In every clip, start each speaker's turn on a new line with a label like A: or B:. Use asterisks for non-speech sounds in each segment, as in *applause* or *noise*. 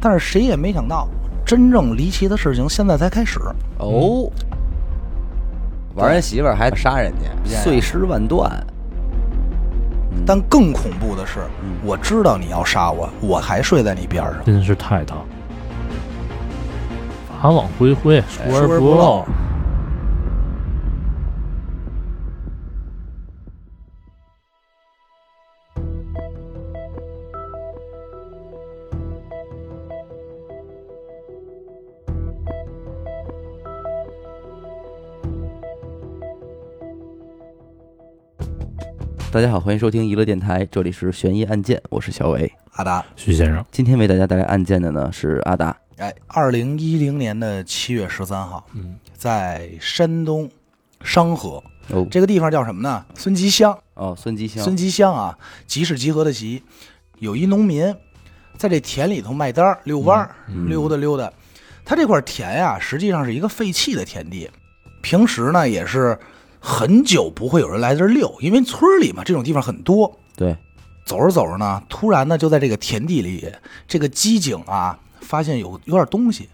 A: 但是谁也没想到，真正离奇的事情现在才开始。
B: 哦，玩人媳妇儿还杀人家，碎尸万段。
A: 但更恐怖的是，
C: 嗯
A: 我知道你要杀我，我还睡在你边上。
C: 真是太大。法网恢恢，疏
A: 疏而
C: 而
A: 哎不漏
C: 漏。
B: 大家好，欢迎收听娱乐电台，这里是悬疑案件，我是小伟。
A: 阿达，
C: 徐先生，
B: 今天为大家带来案件的呢是阿达，
A: 哎，二零一零年的七月十三号，
C: 嗯，
A: 在山东商河
B: 哦
A: 这个地方叫什么呢？孙集乡。
B: 哦，孙吉祥，
A: 孙集乡啊，集是集合的集，有一农民在这田里头卖单儿遛弯儿、
B: 嗯
A: 溜达溜达。他这块田呀、实际上是一个废弃的田地，平时呢也是很久不会有人来这儿遛，因为村儿里嘛这种地方很多。
B: 对，
A: 走着走着呢，突然呢就在这个田地里，这个机警啊发现有有点东西。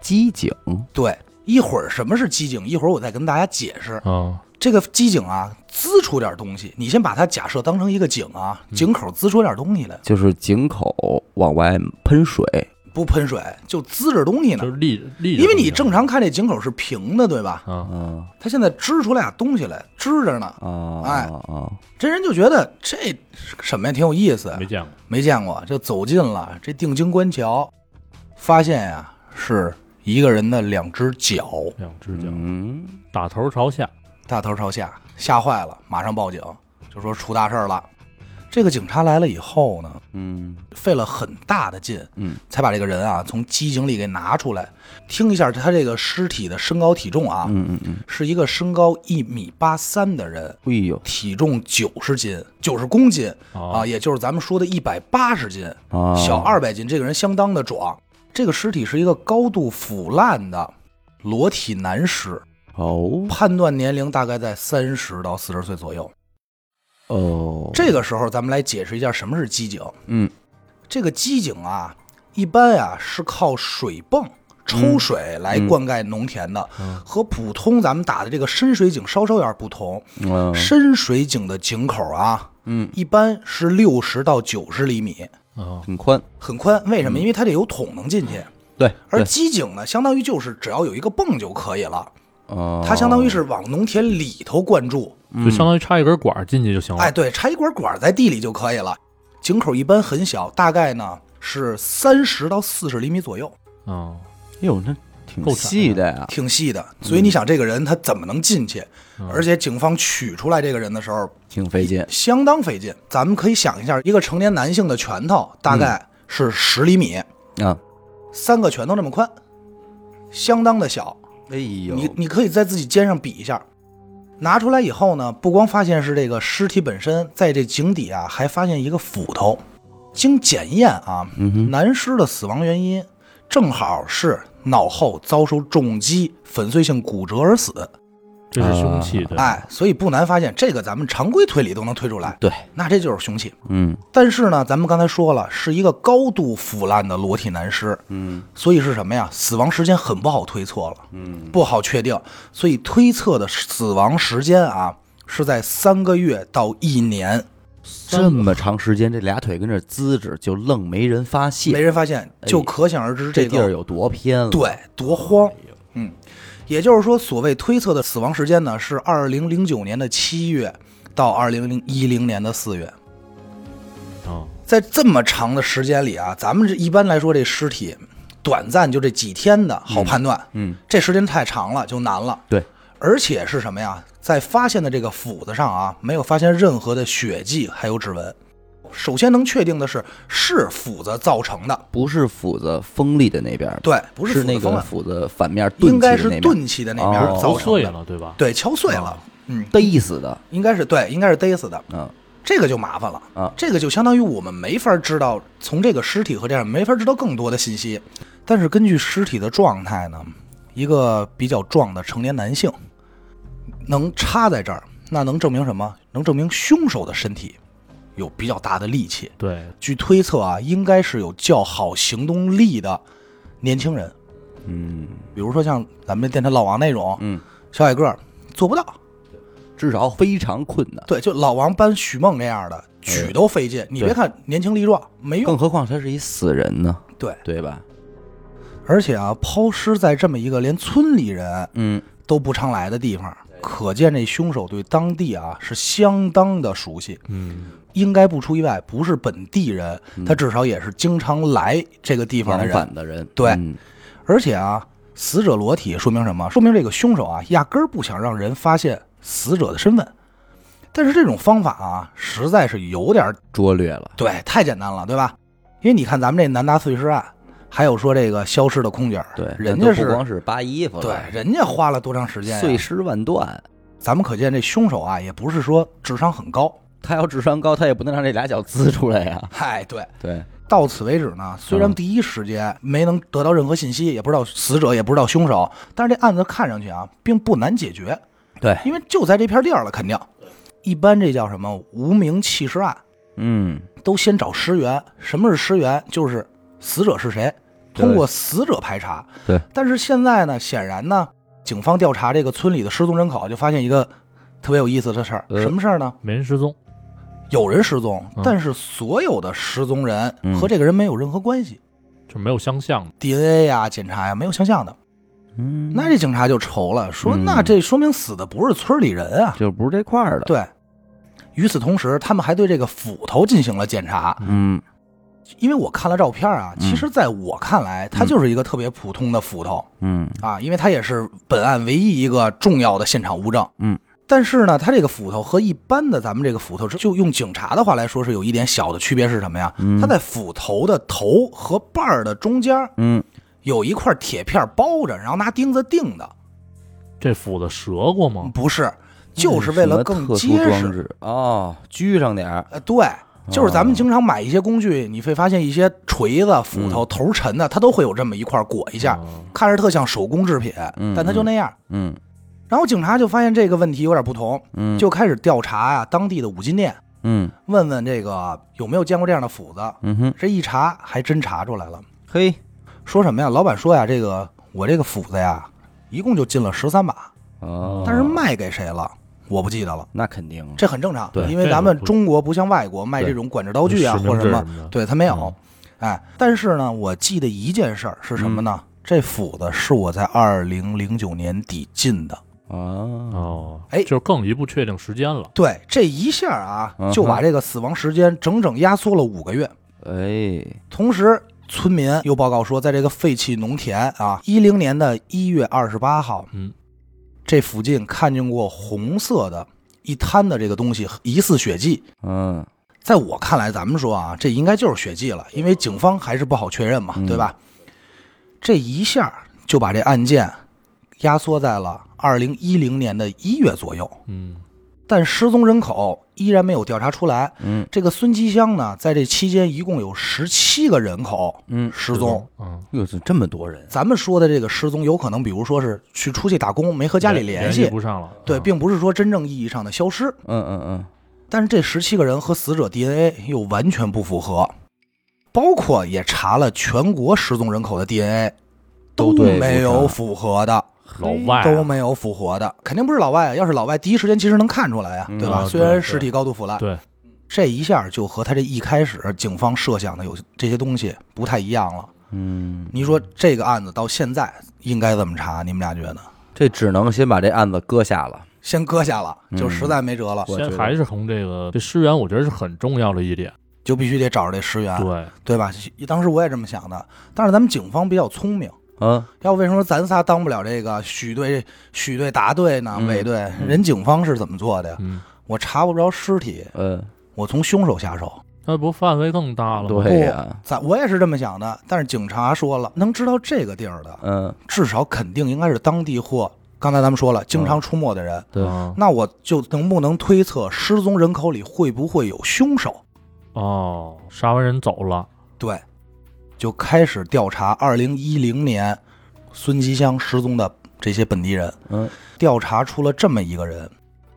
B: 机警，
A: 对，一会儿什么是机警，一会儿我再跟大家解释。
C: 啊，
A: 这个机井啊，滋出点东西，你先把它假设当成一个井啊，井口滋出点东西来，
B: 就是井口往外喷水，
A: 不喷水就滋着东西呢
C: 就。是立立着
A: 因
C: 不行，
A: 为你正常看这井口是平的，对吧？
C: 啊，
B: 嗯
A: 它现在支出俩东西来，支着呢。
B: 啊啊
A: 哎
B: 啊，
A: 这人就觉得这什么呀，挺有意思，
C: 没见过，
A: 没见过。就走近了这定睛观瞧，发现呀、是一个人的两只脚，
C: 两只脚
B: 嗯，
C: 打头朝下，
A: 大头朝下，吓坏了，马上报警，就说出大事儿了。这个警察来了以后呢，
B: 嗯
A: 费了很大的劲，
B: 嗯，
A: 才把这个人啊从机井里给拿出来。听一下他这个尸体的身高体重啊，
B: 嗯嗯嗯，
A: 是一个身高一米八三的人，
B: 哎呦
A: 体重九十斤，九十公斤
B: 哦
C: 啊
A: 啊，也就是咱们说的一百八十斤，
B: 啊，
A: 小二百斤。这个人相当的壮。这个尸体是一个高度腐烂的裸体男尸，
B: 哦
A: 判断年龄大概在三十到四十岁左右。
B: 哦，
A: 这个时候，咱们来解释一下什么是机井。
B: 嗯
A: 这个机井啊，一般啊是靠水泵
B: 嗯
A: 抽水来灌溉农田的，和普通咱们打的这个深水井稍稍有点不同。
B: 嗯
A: 深水井的井口啊，
B: 嗯，
A: 一般是六十到九十厘米，
C: 啊，
B: 很宽，
A: 很宽。为什么？因为它得有桶能进去。
B: 对，
A: 而
B: 嗯对
A: 机井呢，相当于就是只要有一个泵就可以了，
B: 哦，
A: 它相当于是往农田里头灌注。
C: 就相当于插一根管儿进去就行
A: 嗯
C: 了
B: 哦
A: 哎，。对，插一管管在地里就可以了。井口一般很小，大概呢是三十到四十厘米左右。
C: 啊，
B: 哟，那挺
C: 够
B: 细的呀，
A: 挺细的，所以你想这个人他怎么能进去？
C: 嗯
A: 而且警方取出来这个人的时候
B: 挺费劲，
A: 相当费劲。咱们可以想一下，一个成年男性的拳头大概是十厘米，
B: 啊，
A: 三个拳头那么宽，相当的小。
B: 哎呦
A: 你你可以在自己肩上比一下。拿出来以后呢，不光发现是这个尸体本身，在这井底啊还发现一个斧头。经检验啊，男尸的死亡原因正好是脑后遭受重击、粉碎性骨折而死。
C: 这是凶器，对，
A: 哎，所以不难发现，这个咱们常规推理都能推出来，
B: 对，
A: 那这就是凶器。
B: 嗯
A: 但是呢，咱们刚才说了，是一个高度腐烂的裸体男尸，
B: 嗯
A: 所以是什么呀？死亡时间很不好推测了，
B: 嗯，
A: 不好确定，所以推测的死亡时间啊是在三个月到一
B: 哎
A: 年，
B: 这么长时间，这俩腿跟这滋着，就愣没人发现，
A: 没人发现，就可想而知
B: 哎这
A: 个
B: 地儿有哎多偏了，
A: 对多荒。嗯，也就是说，所谓推测的死亡时间呢，是二零零九年的七月到二零零一零年的四月。
C: 啊，
A: 在这么长的时间里啊，咱们这一般来说这尸体短暂就这几天的好判断，
B: 嗯，
A: 这时间太长了就难了。
B: 对，
A: 而且是什么呀？在发现的这个斧子上啊，没有发现任何的血迹，还有指纹。首先能确定的是，是斧子造成的，
B: 不是斧子锋利的那边，，
A: 对，不
B: 是
A: 斧子
B: 那
A: 锋
B: 个
A: 了，
B: 斧子反面钝
A: 应该
B: 器的
A: 是
B: 那边
A: 钝器的那边
B: 哦
A: 造
C: 都
A: 成
C: 碎
A: 的，
C: 了，对吧？
A: 对，敲碎了
C: 哦，
A: 嗯，
B: 逮死的，
A: 应该是对，应该是逮死的，
B: 嗯
A: 这个就麻烦了
B: 啊
A: 这个就相当于我们没法知道从这个尸体和这样没法知道更多的信息，但是根据尸体的状态呢，一个比较壮的成年男性能插在这儿，那能证明什么？能证明凶手的身体有比较大的力气。
C: 对，
A: 据推测啊，应该是有较好行动力的年轻人，
B: 嗯，
A: 比如说像咱们这电台老王那种，
B: 嗯，
A: 小矮个儿做不到。
B: 至少非常困难，
A: 对，就老王搬许梦那样的，
B: 哎
A: 举都费劲。你别看年轻力壮，没用。
B: 更何况他是一死人呢，
A: 对，
B: 对吧？
A: 而且啊，抛尸在这么一个连村里人
B: 嗯，
A: 都不常来的地方，可见这凶手对当地啊是相当的熟悉。
C: 嗯，
A: 应该不出意外，不是本地人，他至少也是经常来这个地方的
B: 嗯往
A: 人。
B: 返的人，
A: 对
B: 嗯
A: 而且啊，死者裸体说明什么？说明这个凶手啊，压根儿不想让人发现死者的身份。但是这种方法啊，实在是有点
B: 拙劣了，
A: 对，太简单了，对吧？因为你看咱们这南达碎尸案，还有说这个消失的空姐儿，
B: 对，
A: 人家
B: 那都不
A: 是
B: 光是扒衣服了，
A: 对，人家花了多长时间、
B: 碎
A: 呀？
B: 尸万段，
A: 咱们可见这凶手啊，也不是说智商很高。
B: 他要智商高，他也不能让这俩脚呲出来呀，
A: 嗨，对，
B: 对，
A: 到此为止呢。虽然
B: 嗯
A: 第一时间没能得到任何信息，也不知道死者，也不知道凶手，但是这案子看上去啊，并不难解决，
B: 对，
A: 因为就在这片地儿了，肯定。一般这叫什么无名弃尸案，
B: 嗯，
A: 都先找尸源。什么是尸源？就是死者是谁，
B: 对
A: 通过死者排查。
B: 对，
A: 但是现在呢，显然呢，警方调查这个村里的失踪人口，就发现一个特别有意思的事儿。
B: 呃
A: 什么事儿呢？
C: 没人失踪，
A: 有人失踪，
C: 嗯
A: 但是所有的失踪人
B: 嗯
A: 和这个人没有任何关系、
C: 就没有相像的。
A: d n a 呀、检查呀、没有相像的。
B: 嗯
A: 那这警察就愁了，说、
B: 嗯
A: 那这说明死的不是村里人啊。
B: 就不是这块儿的，
A: 对。与此同时，他们还对这个斧头进行了检查，
B: 嗯，
A: 因为我看了照片啊，
B: 嗯
A: 其实在我看来，它就是一个特别普通的斧头
B: 嗯
A: 啊，因为它也是本案唯一一个重要的现场物证。
B: 嗯，
A: 但是呢，它这个斧头和一般的咱们这个斧头，就用警察的话来说，是有一点小的区别是什么呀？它在斧头的头和把儿的中间
B: 嗯，
A: 有一块铁片包着，然后拿钉子钉的，
C: 这斧子折过
B: 哦
C: 吗？
A: 不是，就是为了更结
B: 什么特殊装
A: 实。
B: 置哦，拘上点儿，
A: 呃，对。就是咱们经常买一些工具，你会发现一些锤子、斧
B: 嗯
A: 头、头沉的，它都会有这么一块儿裹一下，
C: 嗯
A: 看着特像手工制品，
B: 嗯
A: 但它就那样。
B: 嗯
A: 然后警察就发现这个问题有点不同，
B: 嗯，
A: 就开始调查啊当地的五金店，
B: 嗯
A: 问问这个有没有见过这样的斧子。
B: 嗯哼，
A: 这一查还真查出来了，
B: 嘿，
A: 说什么呀？老板说呀，这个我这个斧子呀，一共就进了十三把，
B: 哦，
A: 但是卖给谁了，我不记得了。
B: 那肯定啊，
A: 这很正常，
B: 对
A: 因为
C: 这个
A: 咱们
C: 不
A: 中国不像外国卖
C: 对
A: 这种管制刀具啊
C: 实名
A: 或者
C: 制
A: 么
C: 什么的，
A: 对他没
B: 嗯
A: 有。哎，但是呢，我记得一件事儿是什么
B: 嗯
A: 呢？这斧子是我在二零零九年底进的。
B: 哦，
C: 哦，
A: 哎
C: 就更一步确定时间了。
A: 对，这一下啊
B: 嗯，哼
A: 就把这个死亡时间整整压缩了五个月。
B: 哎，
A: 同时，村民又报告说，在这个废弃农田啊，一零年的一月二十八号，
C: 嗯，
A: 这附近看见过红色的一滩的这个东西，疑似血迹。
B: 嗯
A: 在我看来，咱们说啊，这应该就是血迹了，因为警方还是不好确认嘛，
B: 嗯
A: 对吧？这一下就把这案件压缩在了二零一零年的一月左右，
C: 嗯，
A: 但失踪人口依然没有调查出来。
B: 嗯
A: 这个孙吉香呢，在这期间一共有十七个人口
B: 嗯，
A: 失踪。。
C: 嗯，
B: 哟，这这么多人，
A: 咱们说的这个失踪，有可能比如说是去出去打工，没和家里联
C: 联
A: 系，
C: 不上了。
A: 对，
C: 嗯
A: 并不是说真正意义上的消失。
B: 嗯嗯嗯，
A: 但是这十七个人和死者 DNA 又完全不符合，包括也查了全国失踪人口的 DNA，
B: 都对不上
A: 没有符合的，
C: 老外啊
A: 都没有符合的，肯定不是老外啊。要是老外，第一时间其实能看出来呀、
B: 嗯
A: 对吧？
C: 啊
A: 虽然
C: 对
A: 尸体高度腐烂，
C: 对，
A: 这一下就和他这一开始警方设想的有这些东西不太一样了。
B: 嗯，
A: 你说这个案子到现在应该怎么查？你们俩觉得？
B: 这只能先把这案子搁下了，
A: 先搁下了，
B: 嗯
A: 就实在没辙了，
B: 我
C: 先
B: 觉得
C: 还是从这个这尸源，我觉得是很重要的一点。
A: 就必须得找着这尸源，
C: 对，
A: 对吧？当时我也这么想的，但是咱们警方比较聪明，
B: 嗯，
A: 要不为什么咱仨当不了这个许队、许队、答队呢？
B: 嗯
A: 韦队人警方是怎么做的呀？
C: 嗯，
A: 我查不着尸体，
B: 呃，
A: 我从凶手下手。
C: 那不范围更大了吗？
B: 对呀，
A: 咱我也是这么想的，但是警察说了，能知道这个地儿的，
B: 嗯，
A: 至少肯定应该是当地或刚才咱们说了，经常出没的人。
B: 对，
C: 嗯
A: 那我就能不能推测失踪人口里会不会有凶手？
C: 哦，杀完人走了，
A: 对，就开始调查二零一零年孙吉香失踪的这些本地人，
B: 嗯，
A: 调查出了这么一个人，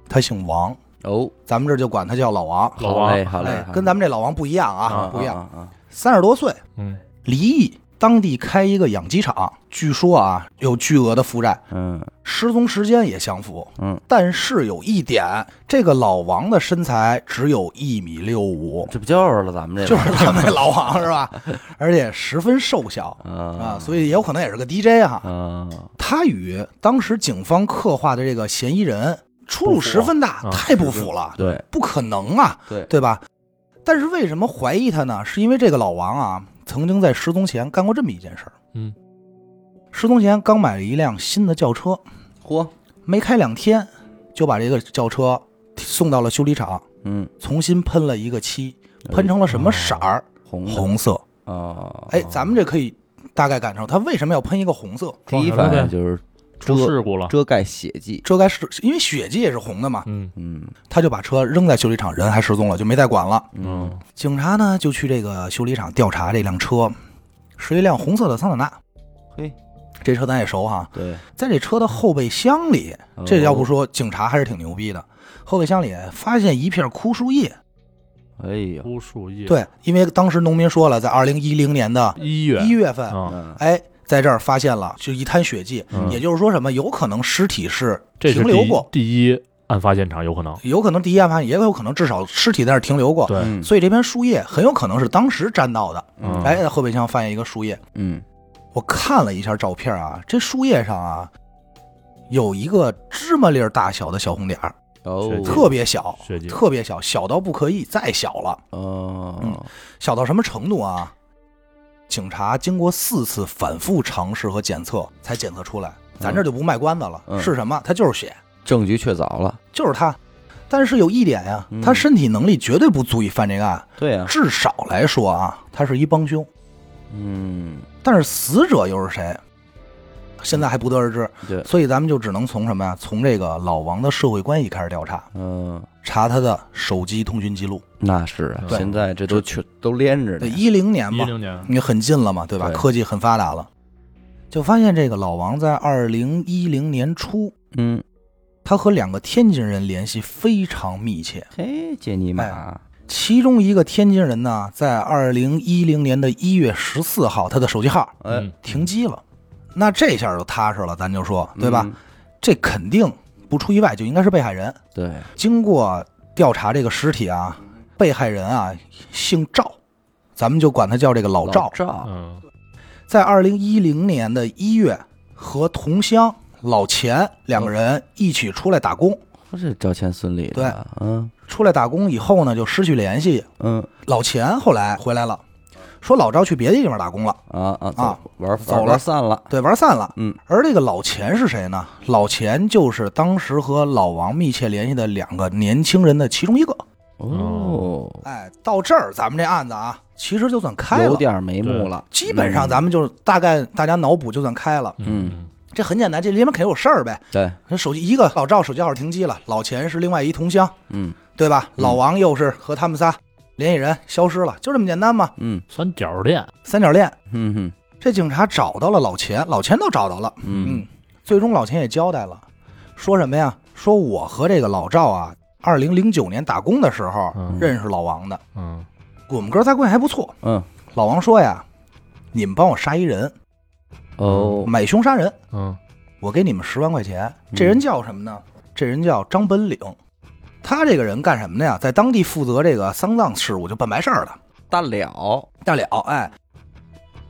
A: 他姓王，
B: 哦，
A: 咱们这就管他叫老王。
C: 老
B: 好
C: 王
B: 嘞，好嘞
A: 哎，，跟咱们这老王不一样啊
C: 啊，
A: 不一样。
B: 啊，
A: 三十多岁，
C: 嗯，
A: 离异，当地开一个养鸡场，据说啊有巨额的负债，
B: 嗯
A: 失踪时间也相符。
B: 嗯，
A: 但是有一点，这个老王的身材只有一米六五，
B: 这不就是了咱们这
A: 就是咱们这老王是吧？而且十分瘦小啊，
B: 啊
A: 所以也有可能也是个 DJ 哈。
B: 啊
A: 他与当时警方刻画的这个嫌疑人出入十分大
C: 不，符啊
A: 太不符了，
B: 对
A: 不可能啊，
B: 对
A: 对吧？但是为什么怀疑他呢？是因为这个老王啊，曾经在失踪前干过这么一件事儿。
C: 嗯，
A: 失踪前刚买了一辆新的轿车，
B: 嚯，
A: 没开两天就把这个轿车送到了修理厂，
B: 嗯，
A: 重新喷了一个漆，喷成了什么色
C: 哎
A: 儿？嗯
B: 红的
A: 红
C: 嗯
A: 色。
B: 哦，
A: 哎，咱们这可以大概感受他为什么要喷一个红色，
B: 第一
C: 撞上
B: 反
C: 了
B: 应
C: 呗
B: 就是
C: 出
B: 遮
C: 事故了，
B: 遮盖血迹，
A: 遮盖是因为血迹也是红的嘛。
C: 嗯
B: 嗯
A: 他就把车扔在修理厂，人还失踪了，就没再管了。
B: 嗯，
A: 警察呢就去这个修理厂调查这辆车，是一辆红色的桑塔纳。
B: 嘿，
A: 这车咱也熟哈，
B: 对，
A: 在这车的后备箱里，
B: 哦
A: 这要不
B: 是，
A: 说警察还是挺牛逼的。后备箱里发现一片枯树叶，
B: 哎呦，
C: 枯树叶，，
A: 对，因为当时农民说了，在二零一零年的
C: 一月
A: 一月份，
C: 啊，
B: 嗯
A: 哎，在这儿发现了，就一滩血迹，
C: 嗯
A: 也就是说什么，有可能尸体是
C: 这
A: 停
C: 是
A: 留
C: 第一
A: 过，
C: 第一案发现场，有可能，
A: 有可能第一案发现，也有可能至少尸体在那儿停留过，
C: 对，
B: 嗯
A: 所以这片树叶很有可能是当时沾到的。
B: 嗯
A: 哎，在后备箱发现一个树叶，
B: 嗯，
A: 我看了一下照片啊，这树叶上啊有一个芝麻粒儿大小的小红点儿，
B: 哦，
C: 血迹
A: 特别小
C: 血迹，
A: 特别小，小到不可以再小了，
B: 哦
A: 嗯，小到什么程度啊？警察经过四次反复尝试和检测，才检测出来，咱这就不卖关子了，
B: 嗯
A: 是什么？它就是血，
B: 证据确凿了，
A: 就是它。但是有一点呀、
B: 嗯
A: 他身体能力绝对不足以犯这个案，
B: 对啊，
A: 至少来说啊，他是一帮凶。
B: 嗯，
A: 但是死者又是谁，现在还不得而知。
B: 对，
A: 所以咱们就只能从什么呀？从这个老王的社会关系开始调查，
B: 嗯。
A: 查他的手机通讯记录。
B: 那是啊，
C: 对
B: 现在这都全都连着
A: 对，
B: 呢。
A: 一零年
C: 一
A: 嘛，
C: 零年，
A: 你很近了嘛，对吧？
B: 对
A: 科技很发达了，就发现这个老王在二零一零年初，
B: 嗯，
A: 他和两个天津人联系非常密切，
B: 嘿，杰尼
A: 哎
B: 玛，
A: 其中一个天津人呢，在二零一零年的一月十四号，他的手机号
C: 嗯
B: 哎，
A: 停机了。那这下就踏实了，咱就说，对吧？
B: 嗯？
A: 这肯定不出意外就应该是被害人。
B: 对，
A: 经过调查，这个尸体啊，被害人啊姓赵，咱们就管他叫这个老赵。
B: 赵，
C: 嗯
A: 在二零一零年的一月，和同乡老钱两个人一起出来打工。
B: 不是赵钱孙李的，
A: 对
B: 嗯
A: 出来打工以后呢，就失去联系。
B: 嗯
A: 老钱后来回来了，说老赵去别的地方打工了，
B: 啊啊
A: 啊
B: 走，玩
A: 走了
B: 玩散了，
A: 对，玩散了。
B: 嗯，
A: 而这个老钱是谁呢？老钱就是当时和老王密切联系的两个年轻人的其中一个。
B: 哦，
A: 哎，到这儿咱们这案子啊，其实就算开
B: 有
A: 了，
B: 点眉目了，
A: 基本上咱们就是大概大家脑补就算开了。
C: 嗯
A: 这很简单，这里面肯定有事儿呗。
B: 嗯对，
A: 这手机一个老赵手机号停机了，老钱是另外一同乡，
B: 嗯
A: 对吧？
B: 嗯
A: 老王又是和他们仨联系人消失了，就这么简单嘛，
B: 嗯
C: 三角恋，
A: 三角恋。
B: 嗯嗯
A: 这警察找到了老钱，老钱都找到了，
B: 嗯，
A: 嗯，最终老钱也交代了，说什么呀？说我和这个老赵啊，二零零九年打工的时候
C: 嗯
A: 认识老王的，
C: 嗯
A: 我们哥仨关系还不错。
B: 嗯
A: 老王说呀，你们帮我杀一人，
B: 哦，
A: 买凶杀人，
C: 嗯
A: 我给你们十万块钱。这人叫什么呢？这人叫张本领。他这个人干什么的呀？在当地负责这个丧葬事务，就办白事儿的。
B: 大了，
A: 大了，哎，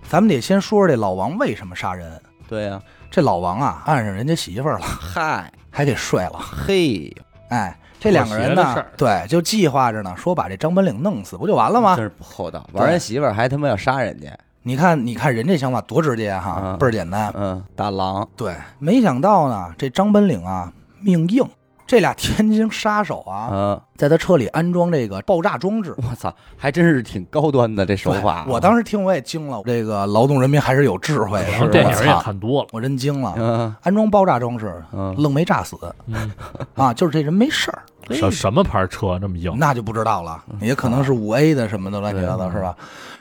A: 咱们得先说说这老王为什么杀人。
B: 对呀，
A: 这老王啊，暗上人家媳妇儿了，
B: 嗨
A: 还给睡了。
B: 嘿，
A: 哎，这两个人
C: 妥协的事
A: 呢
C: 儿，
A: 对，就计划着呢，说把这张本领弄死，不就完了吗
B: 真？是不厚道，玩人媳妇儿还他妈要杀人家，
A: 你看，你看人这想法多直接哈
B: 啊，
A: 倍儿简单。
B: 嗯，大郎，
A: 对，没想到呢，这张本领啊命硬，这俩天津杀手啊，
B: 嗯，
A: 在他车里安装这个爆炸装置。
B: 我操，还真是挺高端的这手法啊，
A: 对我当时听我也惊了，这个劳动人民还是有智慧
C: 然后
A: 的。
C: 电影
A: 我
C: 也
A: 操，
C: 看多了，
A: 我真惊了。
B: 嗯
A: 安装爆炸装置，
B: 嗯。
A: 愣没炸
B: *laughs*
A: 死
C: 嗯，
A: 啊，就是这人没事儿，
C: 什什么牌车这么硬？
B: 嗯啊
A: 那就不知道了，也可能是五 A 的什么的乱七八糟是吧？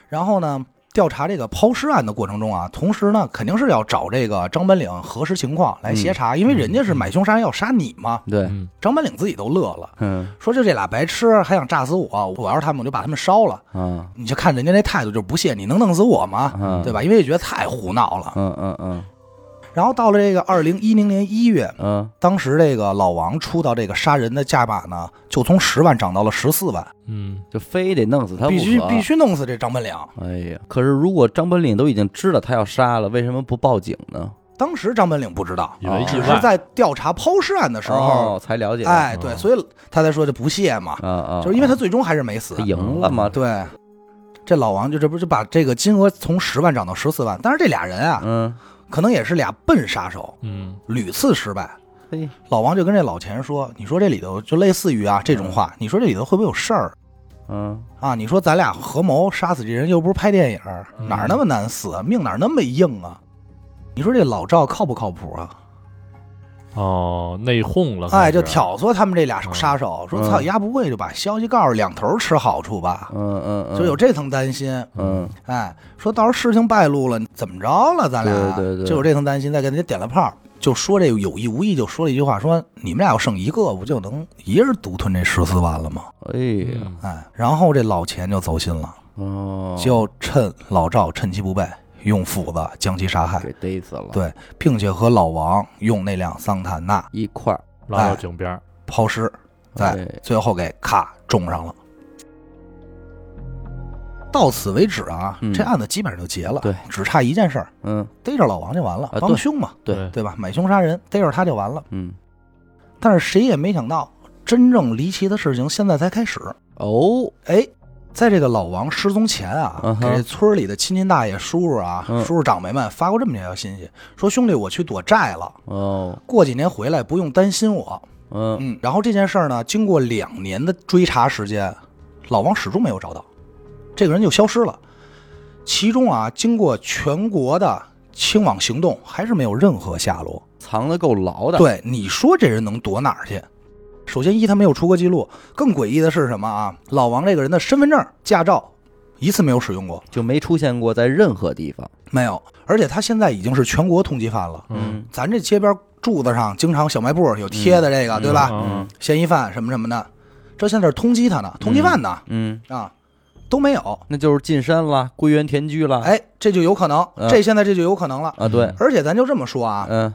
A: 然后呢，调查这个抛尸案的过程中啊，同时呢，肯定是要找这个张本领核实情况
B: 嗯
A: 来协查，因为人家是买凶杀人要杀你嘛。
B: 对，
C: 嗯
A: 张本领自己都乐了，
B: 嗯
A: 说就这俩白痴还想炸死我，我要是他们我就把他们烧了。
B: 嗯
A: 你就看人家那态度就是不屑，你能弄死我吗？
B: 嗯
A: 对吧？因为觉得太胡闹了。
B: 嗯嗯嗯
A: 然后到了这个二零一零年一月，
B: 嗯，
A: 当时这个老王出到这个杀人的价码呢，就从十万涨到了十四万，
C: 嗯，
B: 就非得弄死他不
A: 必须
B: 可
A: 必。须弄死这张本领。
B: 哎呀，可是如果张本领都已经知道他要杀了，为什么不报警呢？
A: 当时张本领不知道，
C: 以为
B: 哦
C: 意
A: 只是
C: 外，
A: 在调查抛尸案的时候，
B: 哦才了解，
A: 哎，
C: 嗯
A: 对，所以他才说这不屑嘛，
B: 啊啊，
A: 就是因为他最终还是没死
B: 他。赢了嘛，
A: 对，这老王就这不就把这个金额从十万涨到十四万，但是这俩人啊，
B: 嗯，
A: 可能也是俩笨杀手，
C: 嗯
A: 屡次失败。
B: 嘿，
A: 老王就跟这老钱说：“你说这里头就类似于啊这种话，你说这里头会不会有事儿
B: 嗯
A: 啊？你说咱俩合谋杀死这人，又不是拍电影儿，
C: 嗯
A: 哪儿那么难死？命哪儿那么硬啊？你说这老赵靠不靠谱啊？
C: 哦，内讧了，
A: 哎，就
C: 开始
A: 挑唆他们这俩杀手，说
B: 啊嗯
A: 操，压不会就把消息告诉两头吃好处吧，
B: 嗯嗯嗯，
A: 就有这层担心。
B: 嗯
A: 哎，说到时候事情败露了，怎么着了？咱俩
B: 对对对
A: 就有这层担心，再给人家点了炮。”就说这有意无意就说了一句话，说你们俩要剩一个，不就能一人独吞这十四万了吗？
B: 哎呀，
C: 嗯
A: 哎，然后这老钱就走心了，
B: 哦，
A: 就趁老赵趁其不备，用斧子将其杀害，
B: 给逮死了，，
A: 对，并且和老王用那辆桑塔纳
B: 一块儿，
C: 拉到
A: 哎
C: 井边儿，
A: 抛尸，在
B: 哎
A: 最后给咔种上了。到此为止啊，
B: 嗯
A: 这案子基本上就结了，
B: 对
A: 只差一件事儿，
B: 嗯
A: 逮着老王就完了
B: 啊，
A: 帮
B: 对
A: 凶嘛，
B: 对
A: 对吧？买凶杀人，逮着他就完了。
B: 嗯，
A: 但是谁也没想到，真正离奇的事情现在才开始。
B: 哦，
A: 哎，在这个老王失踪前啊，
B: 嗯
A: 给
B: 哼
A: 这村里的亲戚大爷、叔叔啊、
B: 嗯
A: 叔叔长辈们发过这么一条信息，说兄弟，我去躲债了，
B: 哦，
A: 过几年回来不用担心我。
B: 嗯，
A: 嗯，然后这件事儿呢，经过两年的追查时间，老王始终没有找到，这个人就消失了。其中啊，经过全国的清网行动，还是没有任何下落。
B: 藏的够牢的，，
A: 对，你说这人能躲哪儿去？首先，一他没有出国记录，更诡异的是什么啊？老王这个人的身份证、驾照一次没有使用过，
B: 就没出现过在任何地方，
A: 没有。而且他现在已经是全国通缉犯
B: 哎
A: 了。
C: 嗯，
A: 咱这街边柱子上经常小卖部有贴的这个，对吧？
C: 嗯
A: 嫌疑犯什么什么的，这现在是通缉他呢，通缉犯呢、
B: 嗯，
A: 啊，都没有。
B: 那就是进山了，归园田居了，
A: 哎，这就有可能，
B: 嗯
A: 这现在这就有可能了。
B: 啊，对，
A: 而且咱就这么说啊，
B: 嗯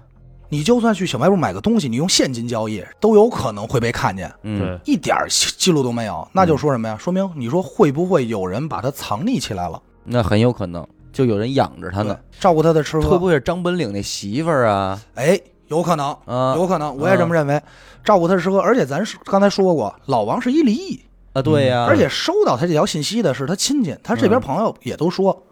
A: 你就算去小卖部买个东西，你用现金交易都有可能会被看见。
B: 嗯，
C: 对，
A: 一点儿记录都没有，那就说什么呀？说明你说会不会有人把他藏匿起来了？
B: 那很有可能就有人养着他呢
A: 对，照顾他的吃
B: 会
A: 喝
B: 不，会是张本领那媳妇儿啊？
A: 哎，有可能，
B: 啊
A: 有可能，我也这么认为，照顾他的吃喝。而且咱是刚才说过，老王是一离异，
B: 啊，对呀，
A: 嗯而且收到他这条信息的是他亲戚，他这边
B: 嗯
A: 朋友也都说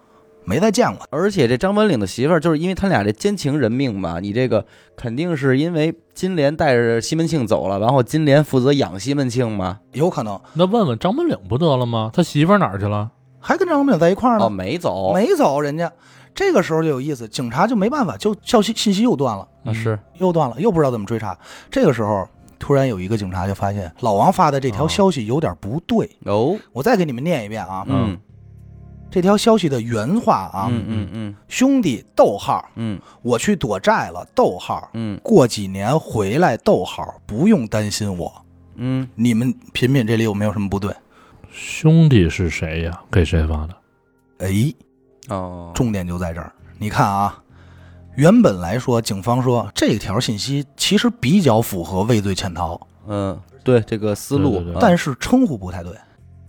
A: 没再见过。
B: 而且这张本领的媳妇儿，就是因为他俩这奸情人命嘛，你这个肯定是因为金莲带着西门庆走了，然后金莲负责养西门庆嘛，
A: 有可能
C: 那问问张本领不得了吗？他媳妇儿哪儿去了？
A: 还跟张本领在一块儿
B: 哦，
A: 呢，
B: 没走，
A: 没走，人家这个时候就有意思，警察就没办法，就消息信息又断了，
B: 啊
C: 嗯
B: 是，
A: 又断了，又不知道怎么追查。这个时候，突然有一个警察就发现老王发的这条
C: 哦
A: 消息有点不对。
B: 哦，
A: 我再给你们念一遍啊，
B: 嗯
A: 这条消息的原话啊，
B: 嗯嗯嗯
A: 兄弟，逗号，
B: 嗯
A: 我去躲债了，逗号，
B: 嗯
A: 过几年回来，逗号，不用担心我。
B: 嗯，
A: 你们品品这里有没有什么不对？
C: 兄弟是谁呀？给谁发的？
A: 哎，
B: 哦，
A: 重点就在这儿，你看啊。原本来说，警方说这条信息其实比较符合畏罪潜逃，
B: 嗯，对这个思路
C: 对对，对
B: 啊
A: 但是称呼不太对。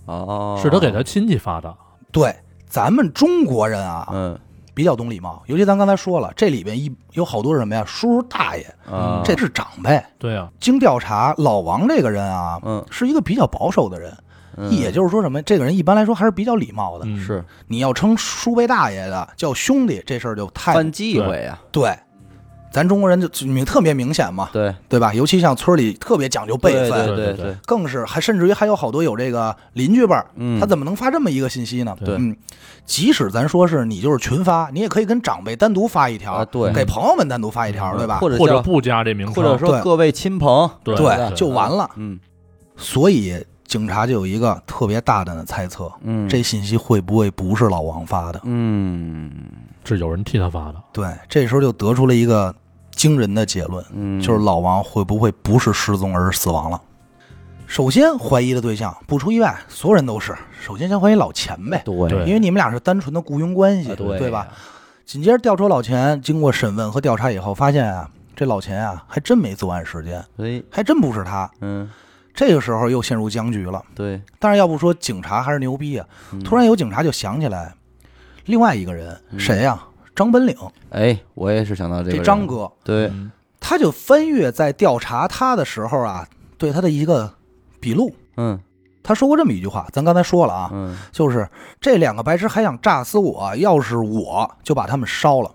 B: 哦，
C: 是他给他，亲戚发的。
A: 对，咱们中国人啊，
B: 嗯
A: 比较懂礼貌，尤其咱刚才说了，这里边一有好多是什么呀，叔叔大爷，嗯
B: 啊，
A: 这是长辈。
C: 对啊呀，
A: 经调查，老王这个人啊，
B: 嗯
A: 是一个比较保守的人，
B: 嗯
A: 也就是说什么，这个人一般来说还是比较礼貌的。
C: 嗯
B: 是
A: 你要称叔辈大爷的叫兄弟，这事儿就太
B: 犯忌讳呀，
A: 对。咱中国人就就明特别明显嘛，
B: 对，
A: 对吧？尤其像村里特别讲究辈
B: 对
A: 分，
B: 对
C: 对对
B: 对，
A: 更是还甚至于还有好多有这个邻居辈儿，
B: 嗯
A: 他怎么能发这么一个信息呢？
B: 对
A: 嗯，即使咱说是你就是群发，你也可以跟长辈单独发一条，
B: 啊对嗯
A: 给朋友们单独发一条，对吧？
B: 或者
C: 或
B: 叫
C: 者不加这名称，
B: 或者说
A: 对
B: 各位亲朋，
C: 对
A: 对，就完了。
B: 嗯
A: 所以警察就有一个特别大胆的猜测：
B: 嗯，
A: 这信息会不会不是老王发的？
B: 嗯
C: 是有人替他发的，
A: 对，这时候就得出了一个惊人的结论，
B: 嗯，
A: 就是老王会不会不是失踪而是死亡了？首先怀疑的对象不出意外，所有人都是。首先先怀疑老钱呗，
B: 对啊
A: 因为你们俩是单纯的雇佣关系，
B: 对
A: 对吧？？紧接着调出老钱，经过审问和调查以后，发现啊，这老钱啊还真没作案时间，
B: 所以
A: 还真不是他。
B: 嗯，
A: 这个时候又陷入僵局了。
B: 对，
A: 但是要不说警察还是牛逼啊！
B: 嗯
A: 突然有警察就想起来，另外一个人谁呀、张本领，
B: 哎，我也是想到这个
A: 这
B: 人
A: 张，哥，
B: 对，
C: 嗯
A: 他就翻阅在调查他的时候啊，对他的一个笔录。
B: 嗯
A: 他说过这么一句话，咱刚才说了啊，
B: 嗯，
A: 就是这两个白痴还想炸死我，要是我就把他们烧了。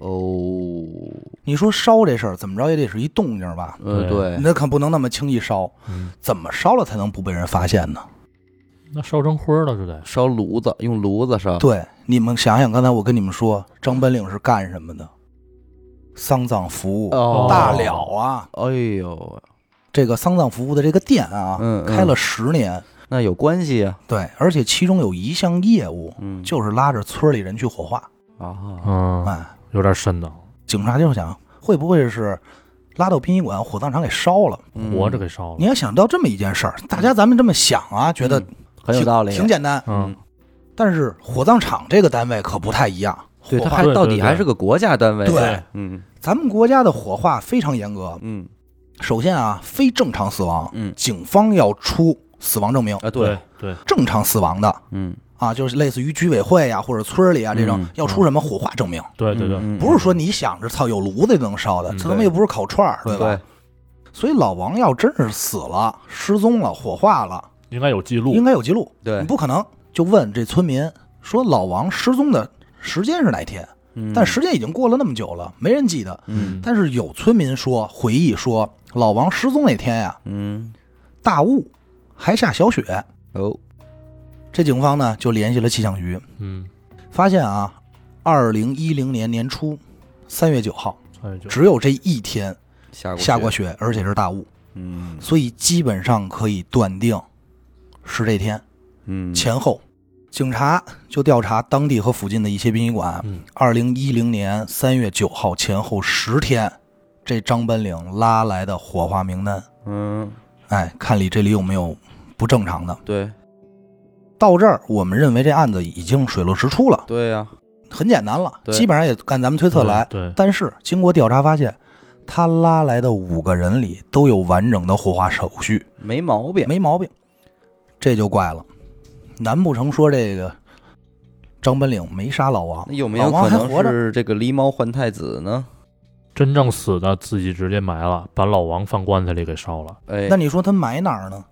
B: 哦，
A: 你说烧这事儿怎么着也得是一动静吧？
B: 呃，
C: 对
B: 对，
A: 那可不能那么轻易烧，
C: 嗯，
A: 怎么烧了才能不被人发现
B: 嗯
A: 呢？
C: 那烧成灰儿了就得，
B: 烧炉子，用炉子烧，
A: 对，你们想想，刚才我跟你们说，张本领是干什么的？丧葬服务，
B: 哦，
A: 大了啊！
B: 哎呦，
A: 这个丧葬服务的这个店啊，
B: 嗯嗯
A: 开了十年，
B: 那有关系啊，
A: 对，而且其中有一项业务
B: 嗯，
A: 就是拉着村里人去火化。
B: 啊，
C: 嗯，
A: 哎，
C: 有点深呢，
A: 警察就想，会不会是拉到殡仪馆火葬场给烧了？
B: 嗯
C: 活着给烧了
A: 你，要想到这么一件事儿，大家咱们这么想啊，觉得
B: 嗯很有
A: 挺
B: 道理，啊
A: 挺简单。
C: 嗯，
A: 但是火葬场这个单位可不太一样，
B: 对，
A: 火
B: 它
A: 化
B: 还
C: 对
B: 到
C: 对
B: 底
C: 对
B: 还是个国家单位，
A: 对，
B: 嗯
A: 咱们国家的火化非常严格。
B: 嗯
A: 首先啊，非正常死亡，
B: 嗯，
A: 警方要出死亡证明，
B: 啊，对
C: 对，对，
A: 正常死亡的
B: 嗯，
A: 啊，就是类似于居委会啊或者村里啊这种
B: 嗯
A: 要出什么火化证明，
C: 对对对，
B: 嗯
A: 不是说你想着操有炉子就能烧的，
C: 嗯
A: 这他妈又不是烤串儿，对吧？
B: 对，
A: 所以老王要真是死了、失踪了、火化了，
C: 应该有记录
A: 应，该有记录，
B: 对
A: 你不可能就问这村民说老王失踪的时间是哪天，
B: 嗯
A: 但时间已经过了那么久了，没人记得。
B: 嗯
A: 但是有村民说回忆说，老王失踪那天呀、
B: 嗯
A: 大雾，还下小雪。
B: 哦
A: 这警方呢就联系了气象局，
C: 嗯，
A: 发现啊，二零一零年年初三月九号，
C: 哎就
A: 只有这一天
B: 下过
A: 下过
B: 雪，
A: 雪，而且是大雾，
B: 嗯
A: 所以基本上可以断定是这天
B: 嗯
A: 前后。警察就调查当地和附近的一些殡仪馆
C: 嗯，
A: 二零一零年三月九号前后十天，这张本领拉来的火化名单。
B: 嗯
A: 哎，看里这里有没有不正常的。
B: 对
A: 到这儿，我们认为这案子已经水落石出了，
B: 对啊呀，
A: 很简单了，
B: 对
A: 基本上也按咱们推测来。
C: 对，对
A: 但是经过调查发现，他拉来的五个人里都有完整的火化手续，
B: 没毛病，
A: 没毛病，这就怪了。难不成说这个张本领没杀老王
B: 那？有没有
A: 老王
B: 可
A: 还
B: 能
A: 活着
B: 是这个狸猫换太子呢？
C: 真正死的自己直接埋了，把老王放棺材里给烧了。
B: 哎，
A: 那你说他埋哪儿呢？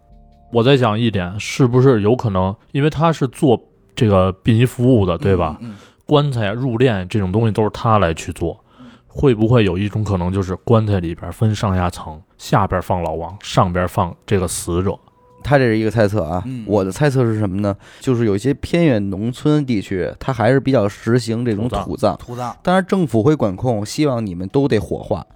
C: 我在想一点，是不是有可能，因为他是做这个殡仪服务的，对吧？
A: 嗯？嗯
C: 棺材啊、入殓这种东西都是他来去做，会不会有一种可能，就是棺材里边分上下层，下边放老王，上边放这个死者？
B: 他这是一个猜测啊
A: 嗯，
B: 我的猜测是什么呢？就是有一些偏远农村地区，它还是比较实行这种
C: 土葬
B: 土葬，
A: 土葬，
B: 当然政府会管控，希望你们都得火化。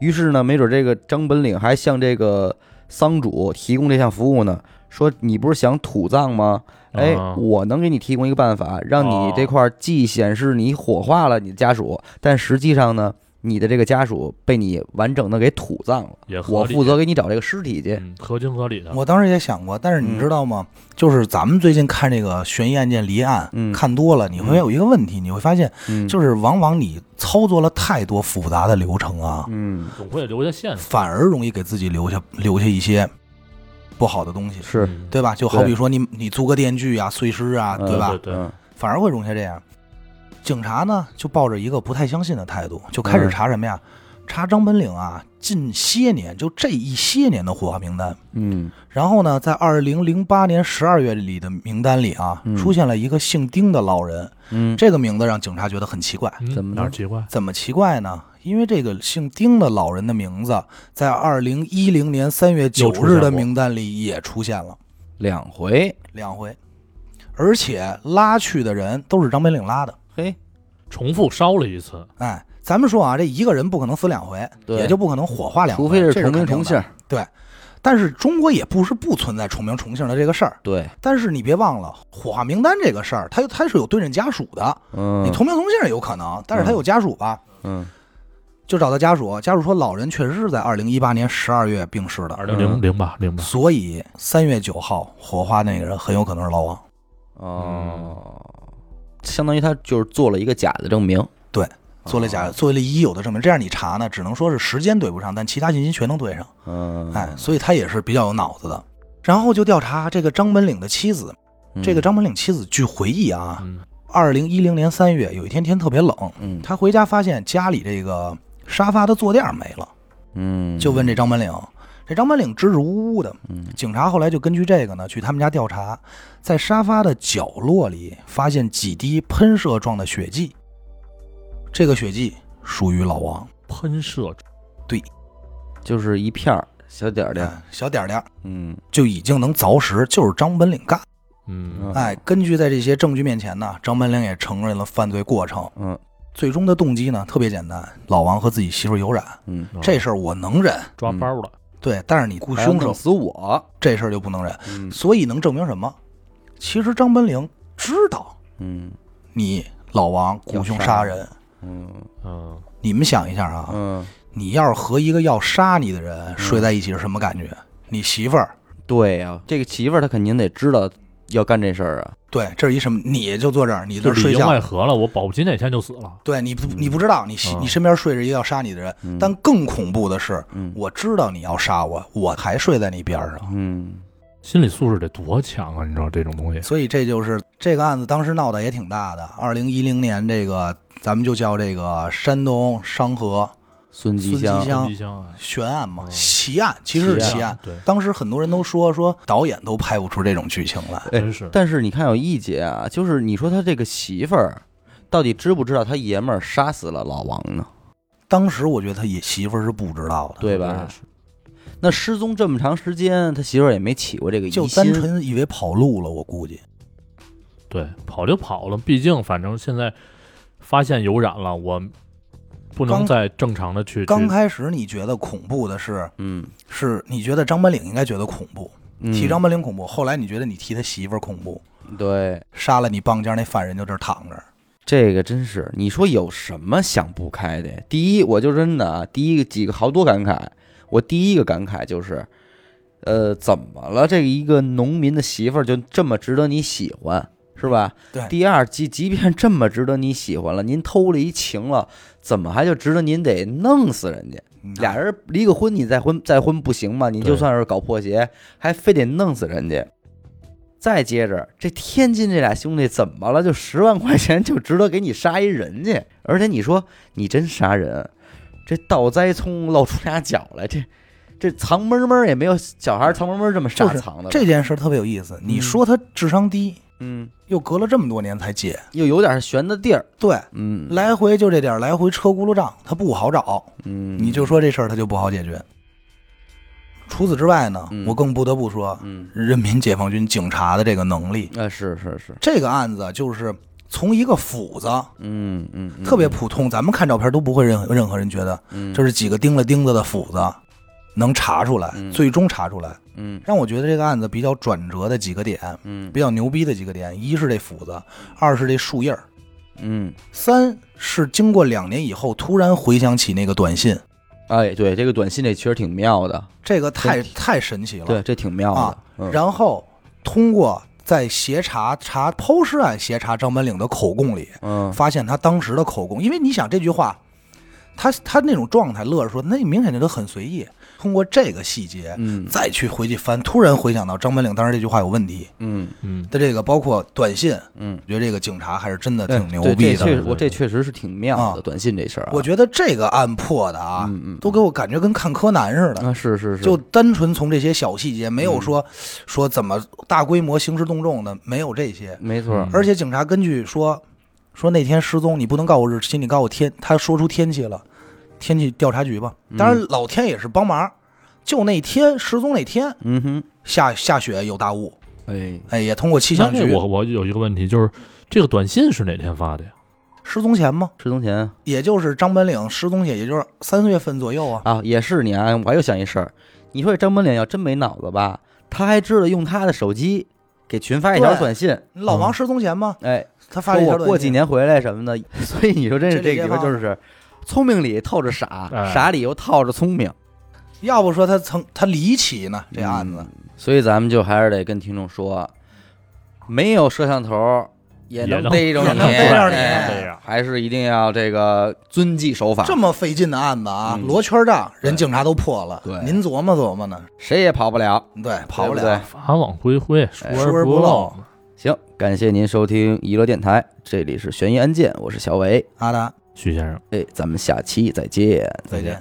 B: 于是呢，没准这个张本领还向这个丧主提供这项服务呢，说你不是想土葬吗？哎，
C: 啊
B: 我能给你提供一个办法，让你
C: 哦
B: 这块儿既显示你火化了你的家属，但实际上呢，你的这个家属被你完整的给土葬了。
C: 也合
B: 我
C: 理啊
B: 负责给你找这个尸体去。
C: 嗯，合情合理的。
A: 我当时也想过，但是你
B: 嗯
A: 知道吗？就是咱们最近看这个悬疑案件离案，
B: 嗯
A: 看多了，你会有一个问题，你会发现，
B: 嗯，
A: 就是往往你操作了太多复杂的流程啊，
B: 嗯
C: 总会留下线索。
A: 反而容易给自己留下留下一些不好的东西，
B: 是，
C: 嗯
A: 对吧？就好比说你你租个电锯啊、碎尸啊，
B: 嗯
A: 对吧？
C: 对对
B: 嗯
A: 反而会容易这样。警察呢，就抱着一个不太相信的态度，就
B: 嗯
A: 开始查什么呀？查张本岭啊，近些年就这一些年的火化名单。
B: 嗯
A: 然后呢，在二零零八年十二月里的名单里啊，
B: 嗯
A: 出现了一个姓丁的老人，
B: 嗯，
A: 这个名字让警察觉得很奇怪。
C: 嗯
B: 怎么
C: 哪
B: 了
C: 儿奇怪？
A: 怎么奇怪呢？因为这个姓丁的老人的名字，在二零一零年三月九日的名单里也出现了
B: 两回，
A: 两回，而且拉去的人都是张本岭拉的。
B: 嘿，
C: 重复烧了一次，
A: 哎，咱们说啊，这一个人不可能死两回，
B: 对
A: 也就不可能火化两回，
B: 除非
A: 这
B: 是同名
A: 肯定
B: 同
A: 的
B: 姓。，
A: 但是中国也不是不存在重名重姓的这个事儿，
B: 对，
A: 但是你别忘了火化名单这个事儿，它它是有对应家属的，
B: 嗯
A: 你同名同姓有可能，但是他有家属吧？
B: 嗯
A: 就找到家属，家属说老人确实是在二零一八年十二月病逝
C: 二
A: 的，
C: 零零零吧，零吧，
A: 所以三月九号火化那个人很有可能是老王。
B: 啊哦，相当于他就是做了一个假的证明，哦
A: 对，做了假，做了已有的证明，这样你查呢，只能说是时间对不上，但其他信息全能对上。
B: 嗯，
A: 哎，所以他也是比较有脑子的。然后就调查这个张本岭的妻子，
B: 嗯
A: 这个张本岭妻子，据回忆啊，
C: 嗯
A: 二零一零年三月有一天天特别冷，
B: 嗯
A: 她回家发现家里这个沙发的坐垫没了，
B: 嗯
A: 就问这张本岭。这张本岭支支吾吾的，
B: 嗯
A: 警察后来就根据这个呢，去他们家调查，在沙发的角落里发现几滴喷射状的血迹，这个血迹属于老王。
C: 喷射，
B: 就是一片儿小点儿的，
A: 哎小点儿点儿
B: 嗯
A: 就已经能凿实，就是张本岭干。
C: 嗯
B: 嗯
A: 哎，根据在这些证据面前呢，张本岭也承认了犯罪过程。
B: 嗯
A: 最终的动机呢，特别简单，老王和自己媳妇儿有染，
B: 嗯，
C: 啊
A: 这事儿我能忍，
C: 抓包了，
A: 对，但是你雇
B: 还要
A: 凶
B: 弄
A: 手
B: 死我，
A: 这事儿就不能忍。
B: 嗯
A: 所以能证明什么？其实张本岭知道
B: 嗯
A: 你老王雇凶杀人。
B: 嗯
C: 嗯，
A: 你们想一下啊，
B: 嗯，
A: 你要是和一个要杀你的人睡在一起是什么感觉？你媳妇儿，
B: 对呀，这个媳妇儿她肯定得知道要干这事儿啊，
A: 对，这是一什么？你就坐这儿，你
C: 就
A: 这儿
C: 里
A: 睡
C: 应
A: 觉，
C: 外合了，我保不齐哪天就死了。
A: 对你不你不知道，你西
C: 啊
A: 你身边睡着一个要杀你的人，但更恐怖的是，
B: 嗯
A: 我知道你要杀我，我还睡在你边上，
B: 嗯
C: 心理素质得多强啊！你知道这种东西，
A: 所以这就是这个案子当时闹得也挺大的。二零一零年这个咱们就叫这个山东商河
B: 孙吉
A: 孙吉
B: 香，
A: 香
C: 机箱啊，
A: 悬案嘛
C: 哦，
A: 奇案其实是
B: 奇
A: 奇案。
C: 对，
A: 当时很多人都说说导演都拍不出这种剧情来，
B: 哎
C: 真是
B: 但是你看有一节啊，就是你说他这个媳妇儿到底知不知道他爷们儿杀死了老王呢？
A: 当时我觉得他也媳妇儿是不知道的，
B: 对吧？？啊那失踪这么长时间，他媳妇儿也没起过这个疑
A: 就
B: 心，
A: 单纯以为跑路了，我估计。
C: 对，跑就跑了，毕竟反正现在发现有染了，我不能
A: 刚
C: 再正常的去
A: 刚
C: 去
A: 开始你觉得恐怖的是
B: 嗯，
A: 是你觉得张本岭应该觉得恐怖，
B: 嗯
A: 替张本岭恐怖。后来你觉得你替他媳妇儿恐怖，
B: 对
A: 杀了你棒尖儿那犯人就这儿躺着。
B: 这个真是，你说有什么想不开的？第一，我就真的啊，第一个几个好多感慨，我第一个感慨就是，呃，怎么了？这一个农民的媳妇儿就这么值得你喜欢，是吧？
A: 对
B: 第二，即即便这么值得你喜欢了，您偷了一情了，怎么还就值得您得弄死人家？
A: 嗯
B: 俩人离个婚，你再婚再婚不行吗？你就
C: 对
B: 算是搞破鞋，还非得弄死人家。再接着，这天津这俩兄弟怎么了？就十万块钱就值得给你杀一人家？而且你说你真杀人，这倒栽葱露出俩脚来，这这藏闷闷也没有小孩藏闷闷这么
A: 就
B: 傻
A: 是
B: 藏的吧。
A: 这件事儿特别有意思。你说他智商低，
B: 嗯，
A: 又隔了这么多年才解，
B: 又有点悬的地儿。
A: 对，
B: 嗯
A: 来回就这点儿来回车轱辘账，他不好找。
B: 嗯，
A: 你就说这事儿他就不好解决。除此之外呢
B: 嗯，
A: 我更不得不说，
B: 嗯
A: 人民解放军警察的这个能力，
B: 啊，是是是，
A: 这个案子就是从一个斧子。
B: 嗯嗯，
A: 特别普通，咱们看照片都不会任何任何人觉得
B: 嗯
A: 这是几个钉了钉子的斧子，能查出来，
B: 嗯
A: 最终查出来，
B: 嗯
A: 让我觉得这个案子比较转折的几个点，
B: 嗯
A: 比较牛逼的几个点，一是这斧子，二是这树叶儿，
B: 嗯，
A: 三是经过两年以后突然回想起那个短信，
B: 哎，对，这个短信这确实挺妙的，
A: 这个太
B: 对
A: 太神奇了。
B: 对，这挺妙的
A: 啊。
B: 嗯
A: 然后通过在协查查抛尸案协查张本岭的口供里，
B: 嗯
A: 发现他当时的口供，因为你想这句话，他他那种状态，乐着说，那明显就都很随意。通过这个细节，
B: 嗯
A: 再去回去翻，突然回想到张本岭当时这句话有问题
B: 嗯
C: 嗯，
A: 的这个，包括短信，
B: 嗯，
A: 我觉得这个警察还是真的
B: 对
A: 挺牛
B: 嗯对
A: 逼
B: 这确实
A: 的。
B: 我这确实是挺妙的
A: 啊
B: 短信这事儿啊。
A: 我觉得这个案破的啊，
B: 嗯嗯
A: 都给我感觉跟看柯南似的。
B: 啊是是是，嗯
A: 就单纯从这些小细节，没有说、说怎么大规模兴师动众的，没有这些。
B: 没错儿。
A: 而且警察根据说说那天失踪，你不能告我日期，你告我天。他说出天气了，天气调查局吧。
B: 嗯
A: 当然，老天也是帮忙。就那天失踪那天
B: 嗯哼，
A: 下下雪有大雾，
B: 哎，
A: 哎，也通过气
C: 那
A: 象
C: 这
A: 局
C: 我我有一个问题，就是这个短信是哪天发的呀？
A: 失踪前吗？
B: 失踪前
A: 也就是张本岭失踪前，也就是三月份左右啊。
B: 啊，也是你啊，我还又想一事儿，你说这张本脸要真没脑子吧，他还知道用他的手机给群发一条
A: 对
B: 短信，
A: 老王失踪前吗？
B: 哎，
A: 他发了
B: 嗯说
A: 一条
B: 我
A: 短信
B: 过几，年回来什么的。 *laughs* 所以你说真是
A: 这里
B: 这里
A: 边
B: 边
A: 吗
B: 就是聪明里透着傻，
C: 哎
B: 傻里又套着聪明。
A: 要不说他曾他离奇呢
B: 嗯
A: 这案子，
B: 所以咱们就还是得跟听众说，没有摄像头也
C: 也
B: 能
C: 能
B: 逮着
A: 也
B: 你，
A: 能逮着你
B: 哎
C: 对呀
B: 还是一定要这个遵纪守法，
A: 这么费劲的案子啊，
B: 嗯
A: 罗圈账人
B: 对
A: 警察都破了
B: 对，
A: 您琢磨琢磨呢？
B: 谁也跑不了，
A: 对，跑不
B: 对
A: 了
B: 对。
C: 法网恢恢，疏
A: 疏而
C: 而
A: 哎不漏
C: 漏嘛。
B: 行，感谢您收听娱乐电台，这里是悬疑案件，我是小伟，
A: 阿达，
C: 徐先生。
B: 哎，咱们下期再见，
A: 再见。